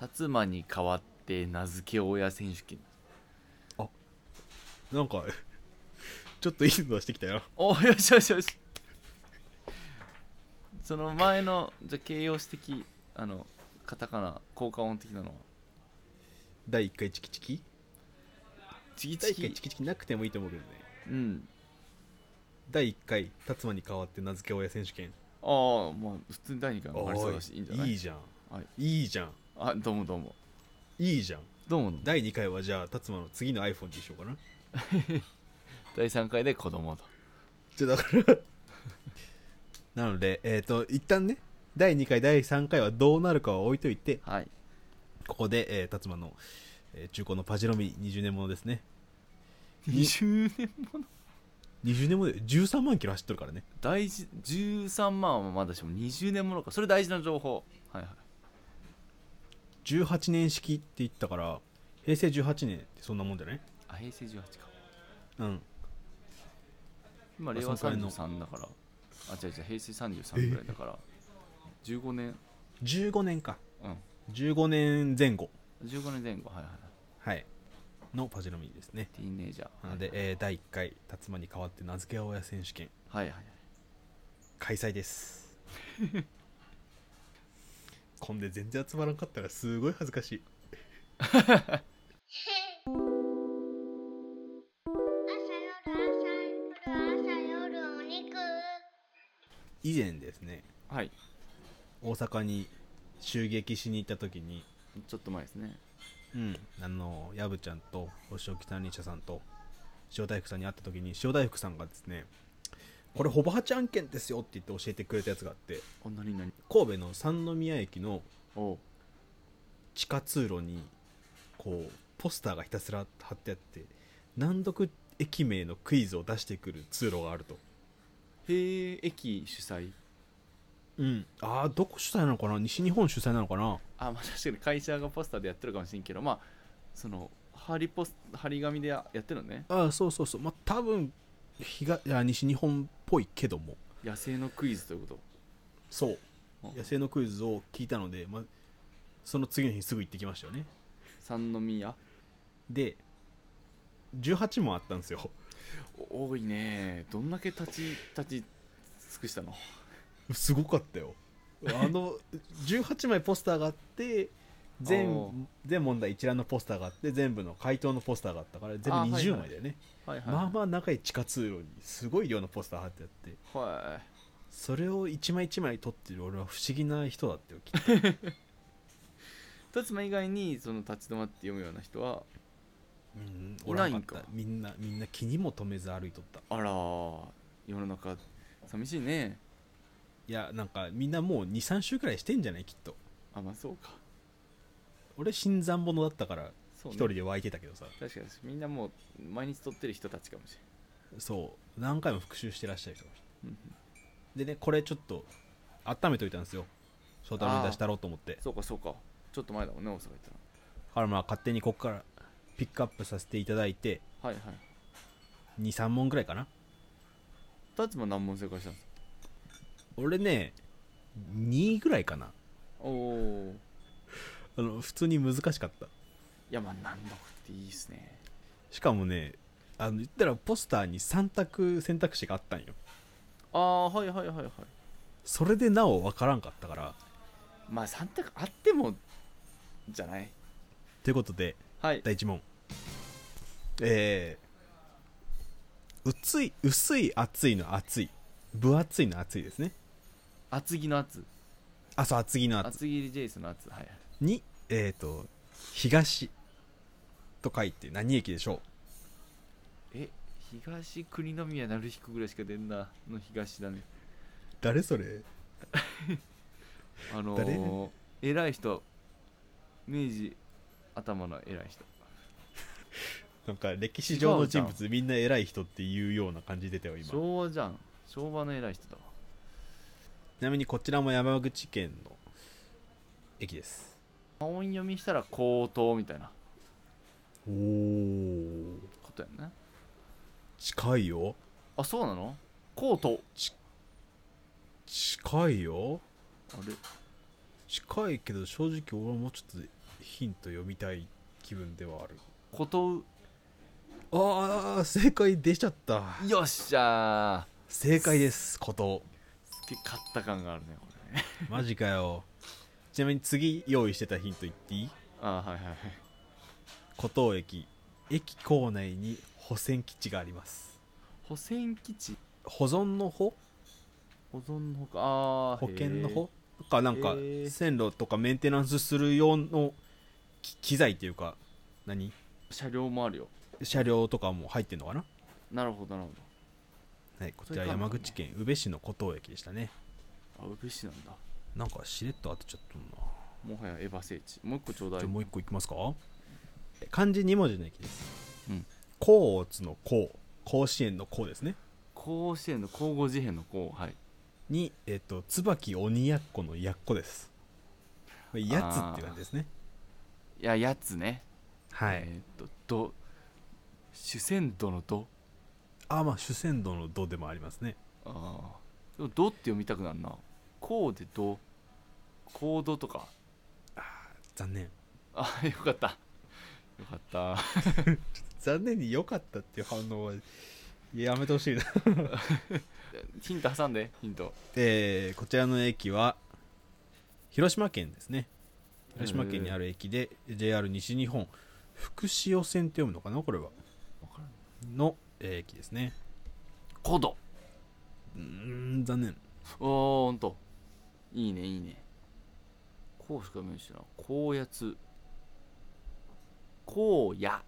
[SPEAKER 2] 達馬に代わって名付け親選手権
[SPEAKER 1] なんかちょっといいの出してきたよ
[SPEAKER 2] およしよしよしその前のじゃあ形容詞的あのカタカナ効果音的なのは
[SPEAKER 1] 第1回チキチキ
[SPEAKER 2] チキ
[SPEAKER 1] 第
[SPEAKER 2] チ
[SPEAKER 1] 1回
[SPEAKER 2] キ
[SPEAKER 1] チキチキなくてもいいと思うけどね
[SPEAKER 2] うん
[SPEAKER 1] 第1回達馬に代わって名付け親選手権
[SPEAKER 2] ああまあ普通に第2回もありそうだし
[SPEAKER 1] お
[SPEAKER 2] いいんじゃない
[SPEAKER 1] いいじゃん、
[SPEAKER 2] はい
[SPEAKER 1] いいじゃん
[SPEAKER 2] あどうもどうも
[SPEAKER 1] いいじゃん
[SPEAKER 2] どうもどうも
[SPEAKER 1] 第2回はじゃあ達馬の次の iPhone にしようかな
[SPEAKER 2] 第3回で子供と
[SPEAKER 1] じゃだから なのでえっ、と一旦ね第2回第3回はどうなるかは置いといて
[SPEAKER 2] はい
[SPEAKER 1] ここで、えー、達馬の、えー中古のパジェロミ20年ものですねに
[SPEAKER 2] 20年もの
[SPEAKER 1] 20年もので13万キロ走ってるからね
[SPEAKER 2] 大事13万はまだしも20年ものかそれ大事な情報はいはい
[SPEAKER 1] 18年式って言ったから平成18年ってそんなもんじゃない
[SPEAKER 2] あ平成18か
[SPEAKER 1] うん
[SPEAKER 2] 今
[SPEAKER 1] まあ
[SPEAKER 2] 令和
[SPEAKER 1] そのくらいの
[SPEAKER 2] 33だからあ違う違う平成33ぐらいだから15年
[SPEAKER 1] 15年か
[SPEAKER 2] うん
[SPEAKER 1] 15年前後
[SPEAKER 2] 15年前後はいはいはい
[SPEAKER 1] はいのパジェロミですね
[SPEAKER 2] ティーンエイジャー
[SPEAKER 1] なので、えー第1回達馬に代わって名付け親選手権
[SPEAKER 2] はいはい
[SPEAKER 1] 開催です こんで全然集まらんかったらすごい恥ずかしい
[SPEAKER 3] 朝夜朝夜朝夜お肉
[SPEAKER 1] 以前ですね
[SPEAKER 2] はい
[SPEAKER 1] 大阪に襲撃しに行った時に
[SPEAKER 2] ちょっと前ですね
[SPEAKER 1] うんあの薮ちゃんと星置三輪車さんと塩大福さんに会った時に塩大福さんがですねこれほぼ8案件ですよって言って教えてくれたやつがあって
[SPEAKER 2] お何何
[SPEAKER 1] 神戸の三宮駅の
[SPEAKER 2] おう
[SPEAKER 1] 地下通路にこうポスターがひたすら貼ってあって難読駅名のクイズを出してくる通路があると
[SPEAKER 2] へえ駅主催
[SPEAKER 1] うんああどこ主催なのかな西日本主催なのかな
[SPEAKER 2] あまあ確かに会社がポスターでやってるかもしれんけどまあその貼りポス貼り紙でややってるのね
[SPEAKER 1] ああそうそうそうまあ多分東いや西日本っぽいけども
[SPEAKER 2] 野生のクイズということ
[SPEAKER 1] そう
[SPEAKER 2] うん
[SPEAKER 1] 野生のクイズを聞いたので、まあ、その次の日すぐ行ってきましたよね
[SPEAKER 2] 三宮
[SPEAKER 1] で18問あったんですよ
[SPEAKER 2] 多いねどんだけ立ち立ち尽くしたの
[SPEAKER 1] すごかったよあの18枚ポスターがあって
[SPEAKER 2] おー
[SPEAKER 1] 全全問題一覧のポスターがあって全部の回答のポスターがあったから全部
[SPEAKER 2] あーはいは
[SPEAKER 1] 20
[SPEAKER 2] い
[SPEAKER 1] 枚だよね
[SPEAKER 2] はいはい
[SPEAKER 1] まあまあ長い地下通路にすごい量のポスター貼ってあって
[SPEAKER 2] は
[SPEAKER 1] それを一枚一枚撮ってる俺は不思議な人だったよき っと
[SPEAKER 2] い一つ目以外にその立ち止まって読むような人は
[SPEAKER 1] うん
[SPEAKER 2] いないん
[SPEAKER 1] お
[SPEAKER 2] か
[SPEAKER 1] か
[SPEAKER 2] ら
[SPEAKER 1] ったみんなみんな気にも留めず歩いとった
[SPEAKER 2] あらー世の中寂しいね
[SPEAKER 1] いやなんかみんなもう23週くらいしてんじゃないきっと
[SPEAKER 2] あまあそうか
[SPEAKER 1] 俺新参者だったから
[SPEAKER 2] そう
[SPEAKER 1] 一
[SPEAKER 2] ね
[SPEAKER 1] 人で湧いてたけどさ
[SPEAKER 2] 確かにみんなもう毎日撮ってる人たちかもし
[SPEAKER 1] そう何回も復習してらっしゃる人が
[SPEAKER 2] れん、うん、
[SPEAKER 1] でねこれちょっと温めといたんですよ翔太郎に出したろうと思って
[SPEAKER 2] そうかそうかちょっと前だもんね大阪行った
[SPEAKER 1] からまあ勝手にここからピックアップさせていただいて
[SPEAKER 2] らはいはい
[SPEAKER 1] 23問ぐらいかな
[SPEAKER 2] 二つも難問正解したんですか
[SPEAKER 1] 俺ね2ぐらいかな
[SPEAKER 2] おお
[SPEAKER 1] あの普通に難しかった
[SPEAKER 2] いやまあ難読っていいっすね
[SPEAKER 1] しかもねあの言ったらポスターに3択選択肢があったんよ
[SPEAKER 2] ああはいはいはいはい
[SPEAKER 1] それでなお分からんかったから
[SPEAKER 2] まあ3択あってもじゃない
[SPEAKER 1] ということで
[SPEAKER 2] はい
[SPEAKER 1] 第1問えー、薄い薄い厚いの厚い分厚いの厚いですね
[SPEAKER 2] 厚木の厚
[SPEAKER 1] あそう厚着の厚
[SPEAKER 2] 厚切りジェイスの厚はいはい
[SPEAKER 1] に、えー、と東と書いて何駅でしょ
[SPEAKER 2] え東国宮鳴彦ぐらいしか出んなの東だね
[SPEAKER 1] う誰それ
[SPEAKER 2] あのー、偉い人明治頭の偉い人
[SPEAKER 1] なんか歴史上の人
[SPEAKER 2] 違う
[SPEAKER 1] 物みんな偉い人っていうような感じ出たよ今ち
[SPEAKER 2] 昭和じゃん昭和の偉い人だわ
[SPEAKER 1] なみにこちらも山口県の駅です
[SPEAKER 2] 音読みしたら高等みたいな
[SPEAKER 1] おお
[SPEAKER 2] ことやんね
[SPEAKER 1] 近いよ
[SPEAKER 2] あそうなの高等
[SPEAKER 1] 近いよ
[SPEAKER 2] あれ
[SPEAKER 1] 近いけど正直俺はもうちょっとヒント読みたい気分ではある
[SPEAKER 2] 小と
[SPEAKER 1] ああ正解出ちゃった
[SPEAKER 2] うよっしゃ
[SPEAKER 1] 正解ですこと
[SPEAKER 2] ーすげえ勝った感があるねこれね
[SPEAKER 1] マジかよちなみに次用意してたヒント言っていい
[SPEAKER 2] あはいはいはい
[SPEAKER 1] 古東駅駅構内に保線基地があります
[SPEAKER 2] 保線基地
[SPEAKER 1] 保存の保
[SPEAKER 2] 保存のほかあー
[SPEAKER 1] 保険の
[SPEAKER 2] へ
[SPEAKER 1] 保かなんか
[SPEAKER 2] へー
[SPEAKER 1] 線路とかメンテナンスする用のき機材っていうか何
[SPEAKER 2] ー車両もあるよ
[SPEAKER 1] 車両とかも入ってんのかな
[SPEAKER 2] なるほどなるほ
[SPEAKER 1] はいこち
[SPEAKER 2] それ
[SPEAKER 1] ら
[SPEAKER 2] か
[SPEAKER 1] 山口県宇部市の古東駅でしたね
[SPEAKER 2] どあ宇部市なんだ
[SPEAKER 1] なんかしれっと当てちゃったな
[SPEAKER 2] もはやエヴァ聖地もう一個ちょうだい
[SPEAKER 1] じゃあもう一個いきますか漢字2文字の駅です
[SPEAKER 2] うん
[SPEAKER 1] 甲乙の甲甲子園の甲ですね
[SPEAKER 2] 甲子園の交互事変の甲はい
[SPEAKER 1] に、えっと椿鬼やっこのやっこですこれやつっていう感じですね
[SPEAKER 2] いややつね
[SPEAKER 1] は
[SPEAKER 2] え
[SPEAKER 1] い
[SPEAKER 2] ーっとど主戦度のど
[SPEAKER 1] あまあ主戦道の「ど」でもありますね
[SPEAKER 2] あーでもどって読みたくなるなこうでどコードとか
[SPEAKER 1] 残念
[SPEAKER 2] あよかったよかった
[SPEAKER 1] 残念に良かったっていう反応はやめてほしいな
[SPEAKER 2] ヒント挟んでヒント
[SPEAKER 1] えーこちらの駅は広島県ですね広島県にある駅で JR 西日本福塩線って読むのかなこれは
[SPEAKER 2] わからん
[SPEAKER 1] の、えー駅ですね
[SPEAKER 2] コード
[SPEAKER 1] うーん残念
[SPEAKER 2] おーほんといいねいいねこうしか読めないしなこうやつこうや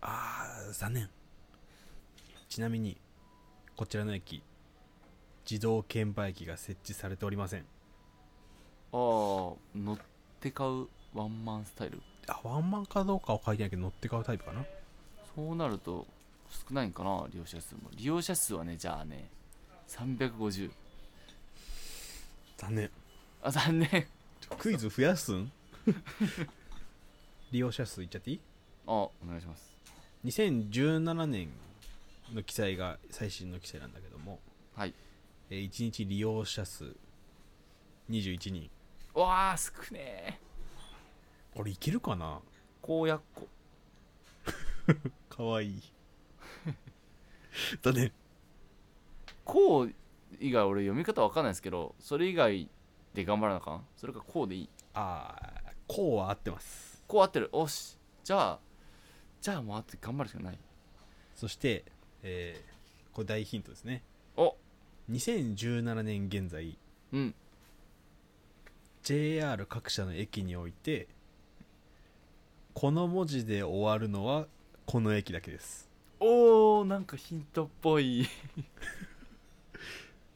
[SPEAKER 1] あー残念ちなみにこちらの駅自動券売機が設置されておりません
[SPEAKER 2] あー乗って買うワンマンスタイル
[SPEAKER 1] あワンマンかどうかは書いてないけど乗って買うタイプかな
[SPEAKER 2] そうなると少ないんかな利用者数も利用者数はねじゃあね350
[SPEAKER 1] 残念
[SPEAKER 2] あ残念
[SPEAKER 1] ちょクイズ増やすん 利用者数いっちゃっていい
[SPEAKER 2] あお願いします
[SPEAKER 1] 2017年の記載が最新の記載なんだけども、
[SPEAKER 2] はい
[SPEAKER 1] え1日利用者数21人
[SPEAKER 2] うわあ少ねえ
[SPEAKER 1] これいけるかな
[SPEAKER 2] 公約校
[SPEAKER 1] かわ いいだね
[SPEAKER 2] こう以外俺読み方わかんないですけどそれ以外で頑張らなあかんそれかこうでいい
[SPEAKER 1] ああこうは合ってます
[SPEAKER 2] こう合ってるおしじゃあじゃあもうあと頑張るしかない
[SPEAKER 1] そして、えーこれ大ヒントですね
[SPEAKER 2] お
[SPEAKER 1] 2017年現在
[SPEAKER 2] うん
[SPEAKER 1] JR 各社の駅においてこの文字で終わるのはこの駅だけです
[SPEAKER 2] おーなんかヒントっぽい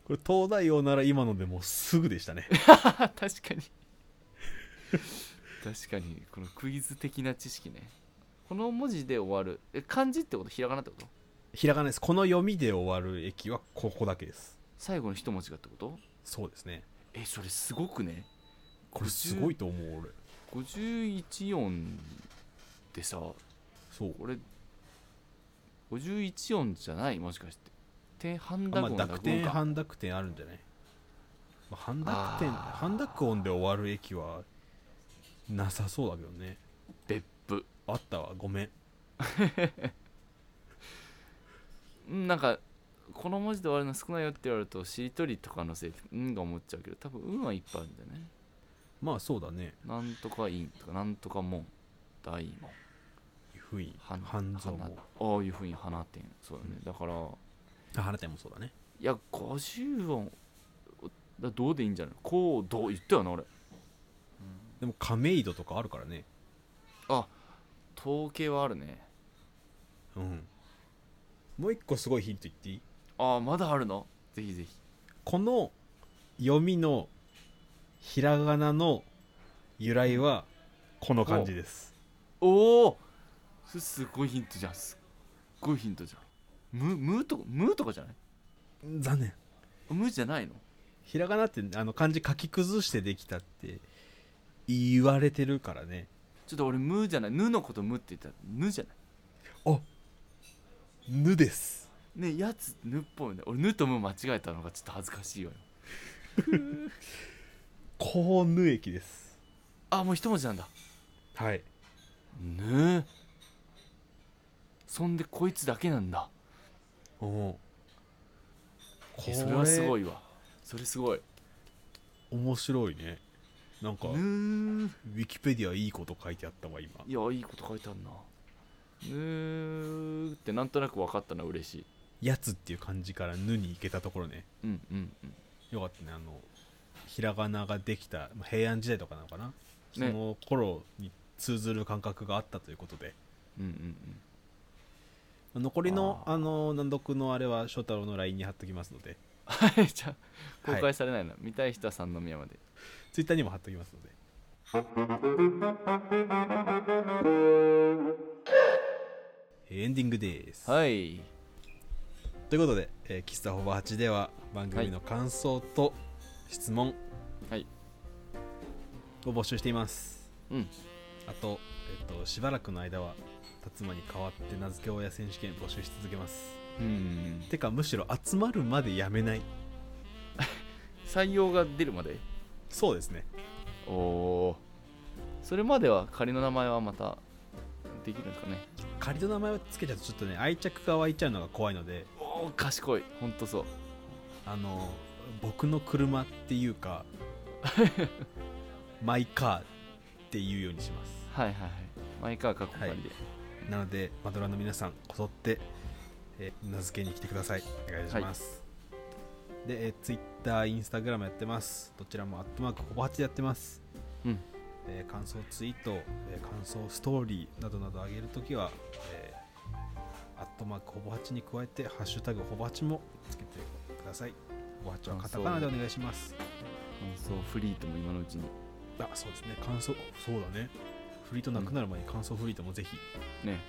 [SPEAKER 1] これ東大王なら今のでもうすぐでした ね
[SPEAKER 2] 確かに確かにこのクイズ的な知識ねこの文字で終わるえ漢字ってことひらがなってこと
[SPEAKER 1] ひらがなですこの読みで終わる駅はここだけです
[SPEAKER 2] 最後の一文字がってこと
[SPEAKER 1] そうですね
[SPEAKER 2] えそれすごくね
[SPEAKER 1] これすごいと思う俺
[SPEAKER 2] 51音でさ
[SPEAKER 1] そう
[SPEAKER 2] これ51音じゃないもしかして点半
[SPEAKER 1] あ
[SPEAKER 2] 濁
[SPEAKER 1] まあ
[SPEAKER 2] 音だ
[SPEAKER 1] 濁点
[SPEAKER 2] 濁音か
[SPEAKER 1] 半濁点あるんじゃない、まあ、半濁点
[SPEAKER 2] あー
[SPEAKER 1] 半濁音で終わる駅はなさそうだけどね
[SPEAKER 2] 別府
[SPEAKER 1] あったわごめん
[SPEAKER 2] うんなんかこの文字で終わるの少ないよって言われるとしりとりとかのせいで「うん」が思っちゃうけど多分「うん」はいっぱいあるんだよね
[SPEAKER 1] まあそうだね
[SPEAKER 2] なんとかいんとかなんとかもん大門
[SPEAKER 1] ふい
[SPEAKER 2] 半
[SPEAKER 1] 半蔵
[SPEAKER 2] 花
[SPEAKER 1] も
[SPEAKER 2] ああいうふうに花店そうだね、
[SPEAKER 1] うん
[SPEAKER 2] だから
[SPEAKER 1] あ花店もそうだね
[SPEAKER 2] いや50音だどうでいいんじゃないこうどう言ったよな俺
[SPEAKER 1] でも亀戸とかあるからね
[SPEAKER 2] 統計はあるね
[SPEAKER 1] うんもう一個すごいヒント言っていい
[SPEAKER 2] ああまだあるのぜひぜひ
[SPEAKER 1] この読みのひらがなの由来はこの漢字です
[SPEAKER 2] おおすすごいヒントじゃんすっごいヒントじゃんむむとむとかじゃない
[SPEAKER 1] 残念
[SPEAKER 2] むじゃないの
[SPEAKER 1] ひらがなってあの漢字書き崩してできたって言われてるからね
[SPEAKER 2] ちょっと俺むじゃないぬのことむって言ったらぬじゃない
[SPEAKER 1] 「ぬ」です
[SPEAKER 2] ねやつぬっぽいね俺ぬとむ間違えたのがちょっと恥ずかしいわよ
[SPEAKER 1] 「こうぬ駅」です
[SPEAKER 2] あもう一文字なんだ
[SPEAKER 1] はい
[SPEAKER 2] ねえそんでこいつだけなんだ
[SPEAKER 1] おお
[SPEAKER 2] えそれはすご
[SPEAKER 1] い
[SPEAKER 2] いわそれすごい
[SPEAKER 1] 面白いねなんかウ
[SPEAKER 2] ぬー
[SPEAKER 1] ィキペディアいいこと書いてあったわ今
[SPEAKER 2] いやいいこと書いてあるなぬーってなんとなく分かったな嬉し
[SPEAKER 1] 「
[SPEAKER 2] い
[SPEAKER 1] やつ」っていう漢字から「ぬ」に行けたところね
[SPEAKER 2] うんうんうん
[SPEAKER 1] よかったねあのひらがなができたまあ平安時代とかなのかな、その頃に通ずる感覚があったということで
[SPEAKER 2] うんうんうん
[SPEAKER 1] 残りの
[SPEAKER 2] あ
[SPEAKER 1] あの難読のあれは翔太郎の LINE に貼っときますので
[SPEAKER 2] はいじゃあ
[SPEAKER 1] は
[SPEAKER 2] 公
[SPEAKER 1] い
[SPEAKER 2] 開されないな、見たい人は三宮まで
[SPEAKER 1] Twitter にも貼っときますのでエンディングです、
[SPEAKER 2] はい
[SPEAKER 1] ということで「えー、喫茶ほぼ8」では番組の感想と質問
[SPEAKER 2] はい
[SPEAKER 1] を募集しています、
[SPEAKER 2] うん
[SPEAKER 1] あと、えっと、しばらくの間は、辰馬に代わって名付け親選手権募集し続けます。
[SPEAKER 2] うん
[SPEAKER 1] てか、むしろ集まるまでやめない。
[SPEAKER 2] 採用が出るまで
[SPEAKER 1] そうですね。
[SPEAKER 2] おおそれまでは仮の名前はまたできるんですかね
[SPEAKER 1] 仮の名前をつけちゃうと、ちょっとね、愛着が湧いちゃうのが怖いので、
[SPEAKER 2] おお賢いほんとそう
[SPEAKER 1] あの、僕の車っていう か、マイカーっていうようにします。
[SPEAKER 2] はいはいはいマイカー過去仮で、
[SPEAKER 1] なので、マドラーの皆さん、こぞって、えー名付けに来てください。お願いします。で、えー、Twitter、Instagram やってます。どちらも、アットマーク、ほぼ8でやってます。
[SPEAKER 2] うん
[SPEAKER 1] えー感想ツイート、えー感想ストーリーなどなど上げるときは、えーアットマークほぼ8に加えて、ハッシュタグほぼ8もつけてください。ほぼ8はカタカナでお願いします。
[SPEAKER 2] 感想フリーとも今のうちに
[SPEAKER 1] あ、そうですね。感想、そうだね。フリートなくなる前に感想フリートもぜひ。
[SPEAKER 2] ね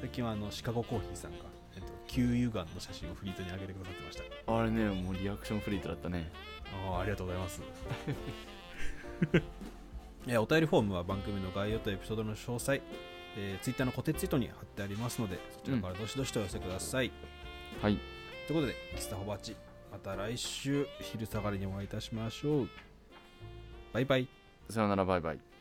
[SPEAKER 1] 最近はあのシカゴコーヒーさんがえっと、給油ガンの写真をフリートに上げてくださってました
[SPEAKER 2] あれねもうリアクションフリートだったね
[SPEAKER 1] あーありがとうございます えーお便りフォームは番組の概要とエピソードの詳細、えー、ツイッターの固定ツイートに貼ってありますのでそちらからどしどしとお寄せください、
[SPEAKER 2] はい
[SPEAKER 1] ということで喫茶ホバッチまた来週昼下がりにお会いいたしましょうバイバイ
[SPEAKER 2] さよならバイバイ